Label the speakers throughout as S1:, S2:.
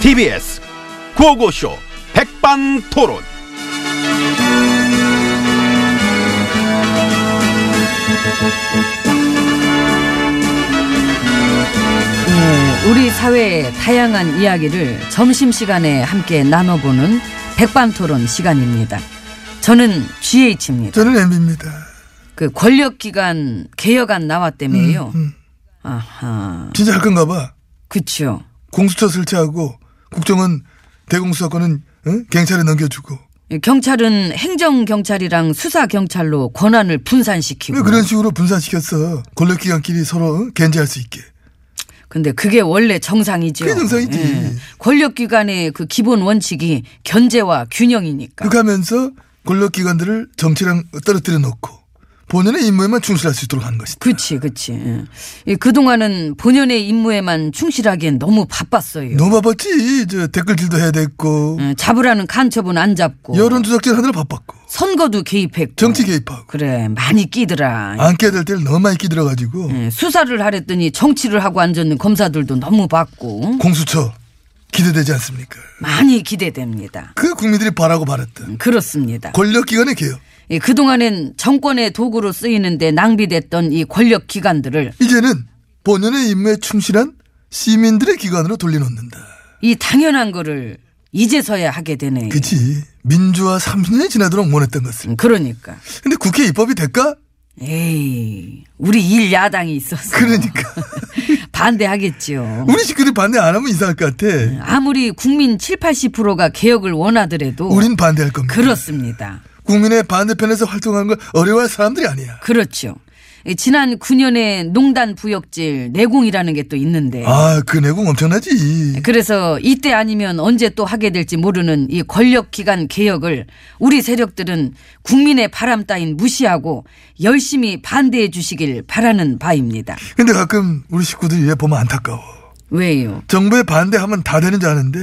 S1: TBS 구호고쇼 백반토론.
S2: 네, 우리 사회의 다양한 이야기를 점심시간에 함께 나눠보는 백반토론 시간입니다. 저는 GH입니다.
S3: 저는 엠비입니다.
S2: 그 권력기관 개혁안 나왔다며요.
S3: 음.
S2: 아하,
S3: 진짜 할 건가 봐.
S2: 그쵸.
S3: 공수처 설치하고 국정은 대공수사권은 응? 경찰에 넘겨주고
S2: 예, 경찰은 행정경찰이랑 수사경찰로 권한을 분산시키고.
S3: 왜 그런 식으로 분산시켰어? 권력기관끼리 서로 응? 견제할 수 있게.
S2: 근데 그게 원래 정상이죠. 예,
S3: 그게 정상이지.
S2: 권력기관의 그 기본 원칙이 견제와 균형이니까.
S3: 그렇게 하면서 권력기관들을 정치랑 떨어뜨려 놓고 본연의 임무에만 충실할 수 있도록 하는 것이다.
S2: 그치, 그치. 예. 이 그동안은 본연의 임무에만 충실하기엔 너무 바빴어요.
S3: 너무 바빴지. 저 댓글질도 해야 됐고
S2: 예, 잡으라는 간첩은 안 잡고.
S3: 여론 조작질 하느라 바빴고
S2: 선거도 개입했고.
S3: 정치 개입하고
S2: 그래, 많이 끼더라.
S3: 안 깨야 될 때를 너무 많이 끼들어가지고
S2: 예, 수사를 하랬더니 정치를 하고 앉았는 검사들도 너무 받고.
S3: 공수처 기대되지 않습니까?
S2: 많이 기대됩니다.
S3: 그 국민들이 바라고 바랐다.
S2: 음. 그렇습니다.
S3: 권력기관의 개혁.
S2: 예, 그동안엔 정권의 도구로 쓰이는데 낭비됐던 이 권력기관들을
S3: 이제는 본연의 임무에 충실한 시민들의 기관으로 돌려놓는다.
S2: 이 당연한 거를 이제서야 하게 되네. 요
S3: 그치. 민주화 30년이 지나도록 원했던 것을.
S2: 그러니까.
S3: 근데 국회 입법이 될까?
S2: 에이, 우리 일 야당이 있었어.
S3: 그러니까.
S2: 반대하겠지요.
S3: 우리 식구들이 반대 안 하면 이상할 것 같아.
S2: 음. 아무리 국민 7, 80%가 개혁을 원하더라도
S3: 우린 반대할 겁니다.
S2: 그렇습니다.
S3: 국민의 반대편에서 활동하는 걸 어려워할 사람들이 아니야.
S2: 그렇죠. 이 지난 9년의 농단 부역질 내공이라는 게 또 있는데
S3: 아, 그 내공 엄청나지.
S2: 그래서 이때 아니면 언제 또 하게 될지 모르는 이 권력기관 개혁을 우리 세력들은 국민의 바람 따윈 무시하고 열심히 반대해 주시길 바라는 바입니다.
S3: 근데 가끔 우리 식구들이 왜 보면 안타까워.
S2: 왜요?
S3: 정부에 반대하면 다 되는 줄 아는데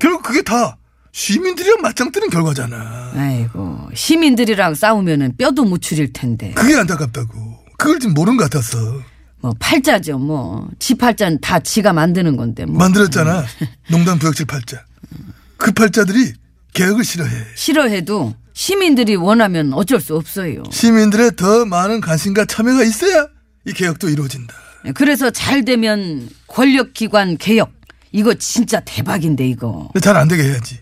S3: 결국 그게 다 시민들이랑 맞짱 뜨는 결과잖아.
S2: 아이고 시민들이랑 싸우면은 뼈도 못 추릴 텐데
S3: 그게 안타깝다고. 그걸 지금 모르는 것 같았어.
S2: 뭐 팔자죠 뭐 지 팔자는 다 지가 만드는 건데 뭐
S3: 만들었잖아. 농단 부역질 팔자. 그 팔자들이 개혁을 싫어해.
S2: 싫어해도 시민들이 원하면 어쩔 수 없어요.
S3: 시민들의 더 많은 관심과 참여가 있어야 이 개혁도 이루어진다.
S2: 네, 그래서 잘 되면 권력기관 개혁 이거 진짜 대박인데 이거.
S3: 근데 잘 안 되게 해야지.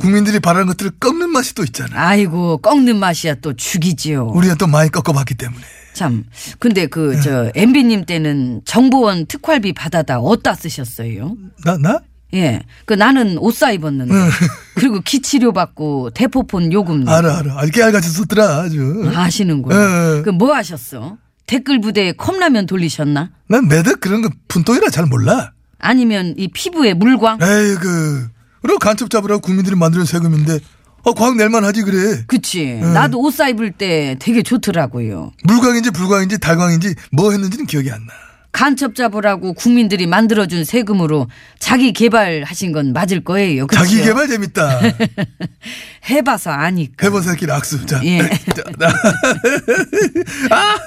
S3: 국민들이 바라는 것들을 꺾는 맛이 또 있잖아.
S2: 아이고 꺾는 맛이야 또 죽이지요.
S3: 우리가 또 많이 꺾어봤기 때문에.
S2: 참 근데 그 저 엠비님 때는 정보원 특활비 받아다 어디다 쓰셨어요?
S3: 나, 나?
S2: 예, 그 나는 옷 사 입었는데 그리고 기 치료 받고 대포폰 요금 내
S3: 알아, 알아. 아주 깨알같이 썼더라, 아주.
S2: 아시는군요.
S3: 예.
S2: 그 뭐 하셨어? 댓글 부대에 컵라면 돌리셨나?
S3: 난 매덕 그런 거 분똥이라 잘 몰라.
S2: 아니면 이 피부에 물광?
S3: 에이, 그. 그리고 간첩 잡으라고 국민들이 만드는 세금인데, 어, 과학 낼만 하지, 그래.
S2: 그치. 나도 옷 사 입을 때 되게 좋더라고요.
S3: 물광인지 불광인지 달광인지 뭐 했는지는 기억이 안 나.
S2: 간첩 잡으라고 국민들이 만들어준 세금으로 자기 개발하신 건 맞을 거예요. 그치?
S3: 자기 개발 재밌다.
S2: 해봐서 아니까.
S3: 해본 새끼 악수. 자.
S2: 예.
S3: 자, 나. 아,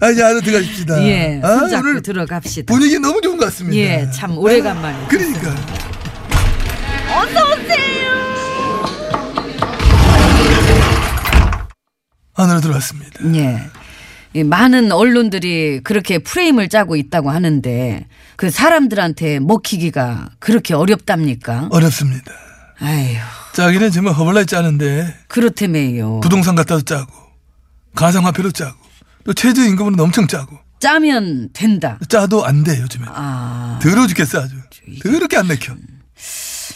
S3: 아, 이제 안에 들어가십시다.
S2: 예.
S3: 아,
S2: 손잡고
S3: 오늘
S2: 들어갑시다.
S3: 분위기 너무 좋은 것 같습니다.
S2: 예. 참 오래간만에.
S3: 그러니까. 안으로 들어왔습니다.
S2: 예. 이 많은 언론들이 그렇게 프레임을 짜고 있다고 하는데 그 사람들한테 먹히기가 그렇게 어렵답니까?
S3: 어렵습니다.
S2: 아휴.
S3: 짜기는 정말 허벌나게 짜는데
S2: 그렇다며요.
S3: 부동산 갖다도 짜고 가상화폐로 짜고 또 최저임금으로 엄청 짜고
S2: 짜면 된다.
S3: 짜도 안 돼 요즘에
S2: 아,
S3: 더러워 죽겠어 아주 더럽게 안 내켜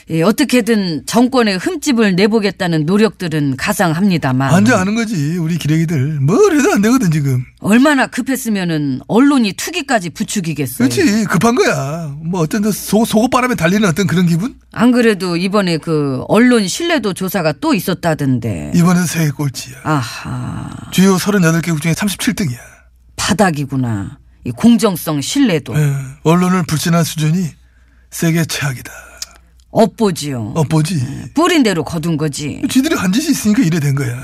S2: 예, 어떻게든 정권의 흠집을 내보겠다는 노력들은 가상합니다만
S3: 완전 아는 거지 우리 기레기들 뭘 해도 안 되거든 지금
S2: 얼마나 급했으면은 언론이 투기까지 부추기겠어요.
S3: 그렇지 급한 거야 뭐 어떤 저 속, 속옷바람에 달리는 어떤 그런 기분
S2: 안 그래도 이번에 그 언론 신뢰도 조사가 또 있었다던데.
S3: 이번엔 세계 꼴찌야
S2: 네. 아하,
S3: 주요 38개국 중에 37등이야
S2: 바닥이구나. 이 공정성 신뢰도
S3: 네. 언론을 불신한 수준이 세계 최악이다
S2: 네. 업보지요.
S3: 엇보지
S2: 뿌린 대로 거둔 거지.
S3: 지들이 한 짓이 있으니까 이래 된 거야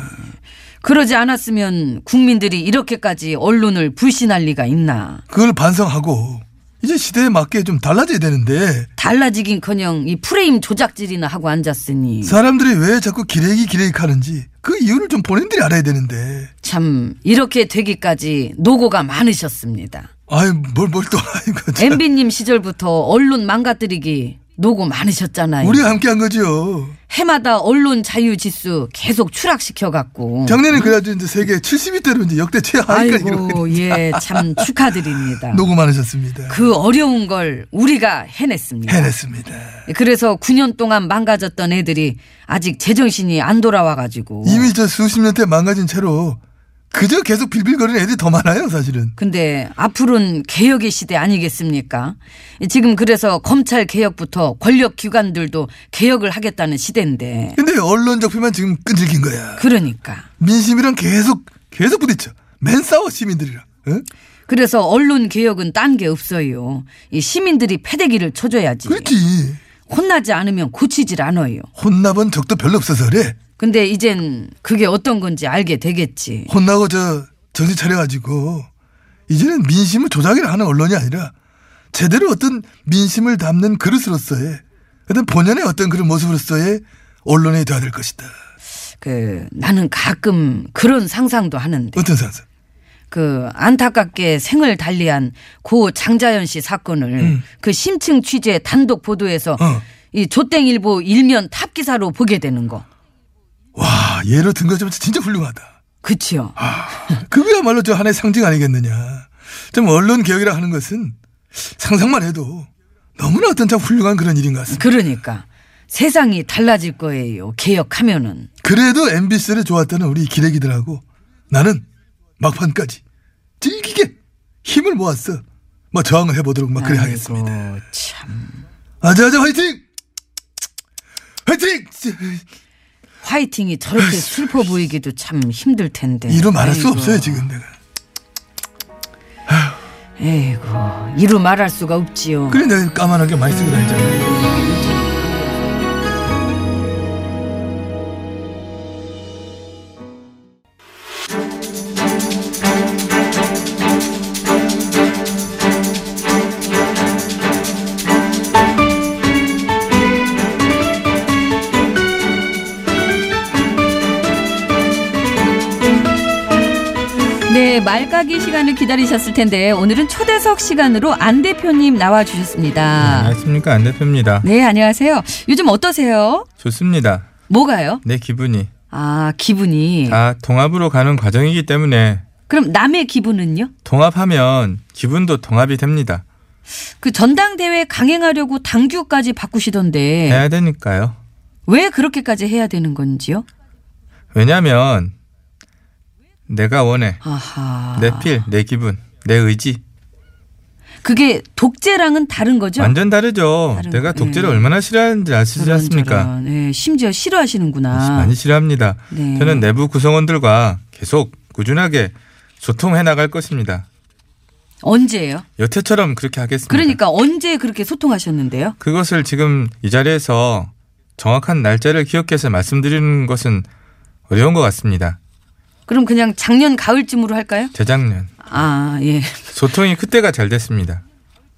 S2: 그러지 않았으면 국민들이 이렇게까지 언론을 불신할 리가 있나.
S3: 그걸 반성하고 이제 시대에 맞게 좀 달라져야 되는데
S2: 음. 달라지긴커녕 이 프레임 조작질이나 하고 앉았으니
S3: 사람들이 왜 자꾸 기레기 기레기 하는지 그 이유를 좀 본인들이 알아야 되는데
S2: 참 이렇게 되기까지 노고가 많으셨습니다.
S3: 아이 뭘뭘또 아이고 참.
S2: 엠비님 시절부터 언론 망가뜨리기 노고 많으셨잖아요.
S3: 우리 함께한 거지요.
S2: 음. 해마다 언론 자유 지수 계속 추락시켜 갖고
S3: 작년에 그래가지고 이제 세계 70위대로 이제 역대 최하위까지 기록했는데
S2: 아이고 예 참 축하드립니다.
S3: 노고 많으셨습니다.
S2: 그 어려운 걸 우리가 해냈습니다.
S3: 해냈습니다.
S2: 그래서 9년 동안 망가졌던 애들이 아직 제정신이 안 돌아와 가지고
S3: 이미 저 수십 년째 망가진 채로 그저 계속 빌빌거리는 애들이 더 많아요 사실은.
S2: 근데 앞으로는 개혁의 시대 아니겠습니까? 지금 그래서 검찰 개혁부터 권력 기관들도 개혁을 하겠다는 시대인데
S3: 근데 언론 적폐만 지금 끈질긴 거야.
S2: 그러니까
S3: 민심이랑 계속 계속 부딪혀. 맨 싸워 시민들이랑. 응?
S2: 그래서 언론 개혁은 딴 게 없어요. 이 시민들이 패대기를 쳐줘야지.
S3: 그렇지.
S2: 혼나지 않으면 고치질 않아요.
S3: 혼나본 적도 별로 없어서 그래.
S2: 근데 이젠 그게 어떤 건지 알게 되겠지.
S3: 혼나고 저 정신 차려가지고 이제는 민심을 조작이라 하는 언론이 아니라 제대로 어떤 민심을 담는 그릇으로서의 어떤 본연의 어떤 그런 모습으로서의 언론이 돼야 될 것이다.
S2: 그 나는 가끔 그런 상상도 하는데
S3: 어떤 상상?
S2: 그 안타깝게 생을 달리한 고 장자연 씨 사건을 그 심층 취재 단독 보도에서
S3: 음. 어.
S2: 이 조땡일보 일면 탑 기사로 보게 되는 거.
S3: 와 예로 든 것처럼 진짜 훌륭하다.
S2: 그치요.
S3: 아, 그거야말로 저 하나의 상징 아니겠느냐. 좀 언론 개혁이라 하는 것은 상상만 해도 너무나 어떤 참 훌륭한 그런 일인 것 같습니다.
S2: 그러니까 세상이 달라질 거예요. 개혁하면은.
S3: 그래도 MBC를 좋아했다는 우리 기레기들하고 나는 막판까지 질기게 힘을 모았어. 뭐 저항을 해보도록 막 그래 하겠습니다.
S2: 아이고, 참.
S3: 아자아자 화이팅! 화이팅!
S2: 화이팅이 저렇게 슬퍼 보이기도 참 힘들 텐데.
S3: 이루 말할 수
S2: 아이고.
S3: 없어요 지금 내가.
S2: 에이고 이루 말할 수가 없지요.
S3: 그래 내가 까만하게 많이 쓰고 다니잖아.
S4: 네, 말까기 시간을 기다리셨을 텐데 오늘은 초대석 시간으로 안 대표님 나와 주셨습니다.
S5: 안녕하십니까 안 대표입니다.
S4: 네, 안녕하세요. 요즘 어떠세요?
S5: 좋습니다.
S4: 뭐가요?
S5: 내 기분이
S4: 아, 기분이.
S5: 다 동합으로 가는 과정이기 때문에
S4: 그럼 남의 기분은요?
S5: 동합하면 기분도 동합이 됩니다.
S4: 그 전당대회 강행하려고 당규까지 바꾸시던데
S5: 해야 되니까요.
S4: 왜 그렇게까지 해야 되는 건지요?
S5: 왜냐하면 내가 원해
S4: 아하. 그렇죠.
S5: 내 필, 내 기분, 내 의지
S4: 그게 독재랑은 다른 거죠?
S5: 완전 다르죠.
S4: 다른
S5: 내가
S4: 거,
S5: 독재를
S4: 예.
S5: 얼마나 싫어하는지 아시지
S4: 저런,
S5: 않습니까? 아,
S4: 저런. 네, 심지어 싫어하시는구나.
S5: 많이 싫어합니다.
S4: 네.
S5: 저는 내부 구성원들과 계속 꾸준하게 소통해 나갈 것입니다.
S4: 언제예요?
S5: 여태처럼 그렇게 하겠습니다.
S4: 그러니까 언제 그렇게 소통하셨는데요?
S5: 그것을 지금 이 자리에서 정확한 날짜를 기억해서 말씀드리는 것은 어려운 것 같습니다.
S4: 그럼 그냥 작년 가을쯤으로 할까요?
S5: 재작년
S4: 아, 예.
S5: 소통이 그때가 잘 됐습니다.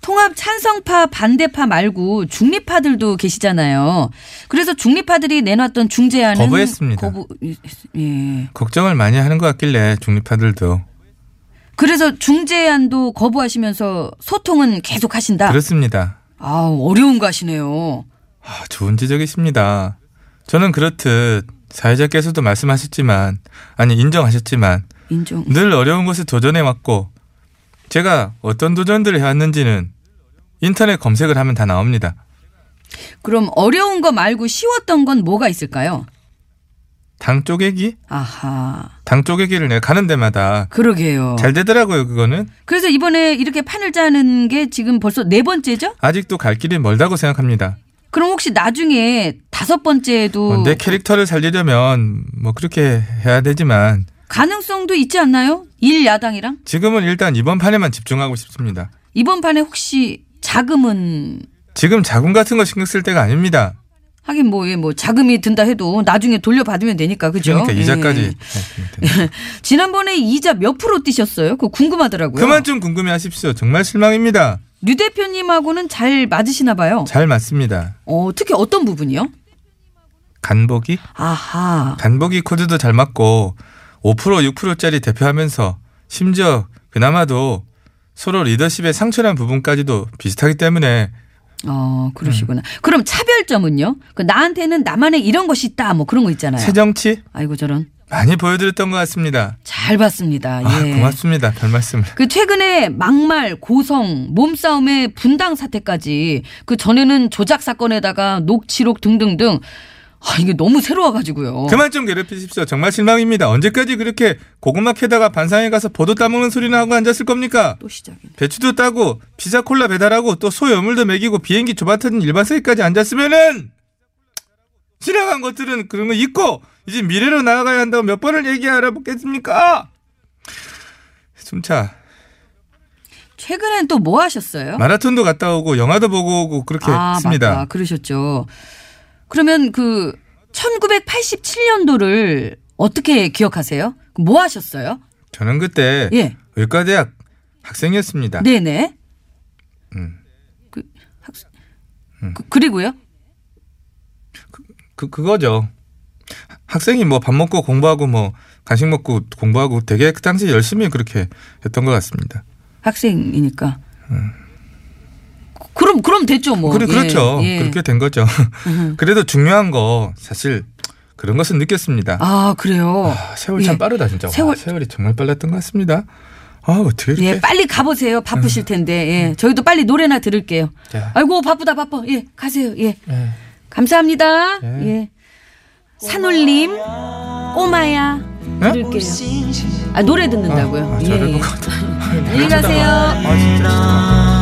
S4: 통합 찬성파, 반대파 말고 중립파들도 계시잖아요. 그래서 중립파들이 내놨던 중재안은
S5: 거부했습니다.
S4: 거부, 예.
S5: 걱정을 많이 하는 것 같길래 중립파들도
S4: 그래서 중재안도 거부하시면서 소통은 계속 하신다.
S5: 그렇습니다.
S4: 아, 어려운 거 하시네요.
S5: 아, 좋은 지적이십니다. 저는 그렇듯 사회자께서도 말씀하셨지만 아니 인정하셨지만
S4: 인정.
S5: 늘 어려운 것에 도전해 왔고 제가 어떤 도전들을 해왔는지는 인터넷 검색을 하면 다 나옵니다.
S4: 그럼 어려운 거 말고 쉬웠던 건 뭐가 있을까요?
S5: 당 쪼개기?
S4: 아하.
S5: 당 쪼개기를 내가 가는 데마다
S4: 그러게요.
S5: 잘 되더라고요 그거는
S4: 그래서 이번에 이렇게 판을 짜는 게 지금 벌써 네 번째죠?
S5: 아직도 갈 길이 멀다고 생각합니다
S4: 그럼 혹시 나중에 다섯 번째에도
S5: 어, 내 캐릭터를 살리려면 뭐 그렇게 해야 되지만
S4: 가능성도 있지 않나요? 일 야당이랑
S5: 지금은 일단 이번 판에만 집중하고 싶습니다
S4: 이번 판에 혹시 자금은
S5: 지금 자금 같은 거 신경 쓸 때가 아닙니다
S4: 하긴 뭐 예 뭐 자금이 든다 해도 나중에 돌려받으면 되니까 그죠?
S5: 그러니까 이자까지
S4: 예.
S5: 생각하면 됩니다.
S4: 지난번에 이자 몇 프로 뛰셨어요? 그거 궁금하더라고요.
S5: 그만 좀 궁금해 하십시오 정말 실망입니다
S2: 류 대표님하고는 잘 맞으시나 봐요.
S5: 잘 맞습니다.
S2: 어, 특히 어떤 부분이요?
S5: 간보기?
S2: 아하.
S5: 간보기 코드도 잘 맞고 5% 6%짜리 대표하면서 심지어 그나마도 서로 리더십의 상처난 부분까지도 비슷하기 때문에
S2: 어, 그러시구나.
S5: 음.
S2: 그럼 차별점은요? 그 나한테는 나만의 이런 것이 있다. 뭐 그런 거
S4: 네.
S2: 있잖아요.
S5: 새정치
S2: 아이고 저런.
S5: 많이 보여드렸던 것 같습니다.
S2: 잘 봤습니다.
S5: 아,
S2: 예.
S5: 고맙습니다. 별 말씀을.
S2: 그 최근에 막말, 고성, 몸싸움의 분당 사태까지 그 전에는 조작 사건에다가 녹취록 등등등 아, 이게 너무 새로워가지고요.
S5: 그만 좀 괴롭히십시오. 정말 실망입니다. 언제까지 그렇게 고구마 캐다가 반상회 가서 보도 따먹는 소리나 하고 앉았을 겁니까?
S2: 또 시작이네.
S5: 배추도 따고 피자 콜라 배달하고 또 소 여물도 먹이고 비행기 좁아터진 일반석까지 앉았으면은 지나간 것들은 그런 거 잊고 이제 미래로 나아가야 한다고 몇 번을 얘기하라 보겠습니까? 숨차
S2: 최근엔 또 뭐 하셨어요?
S5: 마라톤도 갔다 오고 영화도 보고 오고 그렇게
S2: 아,
S5: 했습니다.
S2: 맞다. 그러셨죠. 그러면 그 1987년도를 어떻게 기억하세요? 뭐 하셨어요?
S5: 저는 그때
S2: 예.
S5: 의과대학 학생이었습니다.
S2: 네네.
S5: 아. 음.
S2: 그, 학, 그, 그리고요?
S5: 그 그거죠. 학생이 뭐 밥 먹고 공부하고 뭐 간식 먹고 공부하고 되게 그 당시 열심히 그렇게 했던 것 같습니다.
S2: 학생이니까. 그- 그럼, 그럼 됐죠, 뭐.
S5: 그래
S2: 예,
S5: 그렇죠.
S2: 예.
S5: 그렇게 된 거죠. 그래도 중요한 거 사실 그런 것은 느꼈습니다.
S2: 아, 그래요.
S5: 아, 세월 참
S2: 예.
S5: 빠르다 진짜. 세월.
S2: 세월-
S5: 세월이 정말 빨랐던 것 같습니다. 아 어떻게 이렇게 음.
S2: 예, 빨리 가보세요. 바쁘실 텐데. 예. 저희도 빨리 노래나 들을게요.
S5: 자.
S2: 아이고, 바쁘다, 바빠. 예, 가세요. 예.
S5: 예.
S2: 감사합니다.
S5: 예.
S2: 예. 산울림, 꼬마야.
S5: 예?
S2: 들을게요. 아, 노래 듣는다고요?
S5: 아,
S2: 예,
S5: 저럴
S2: 예.
S5: 것 같아.
S2: 안녕히 가세요.
S5: 아 진짜. 죄송합니다.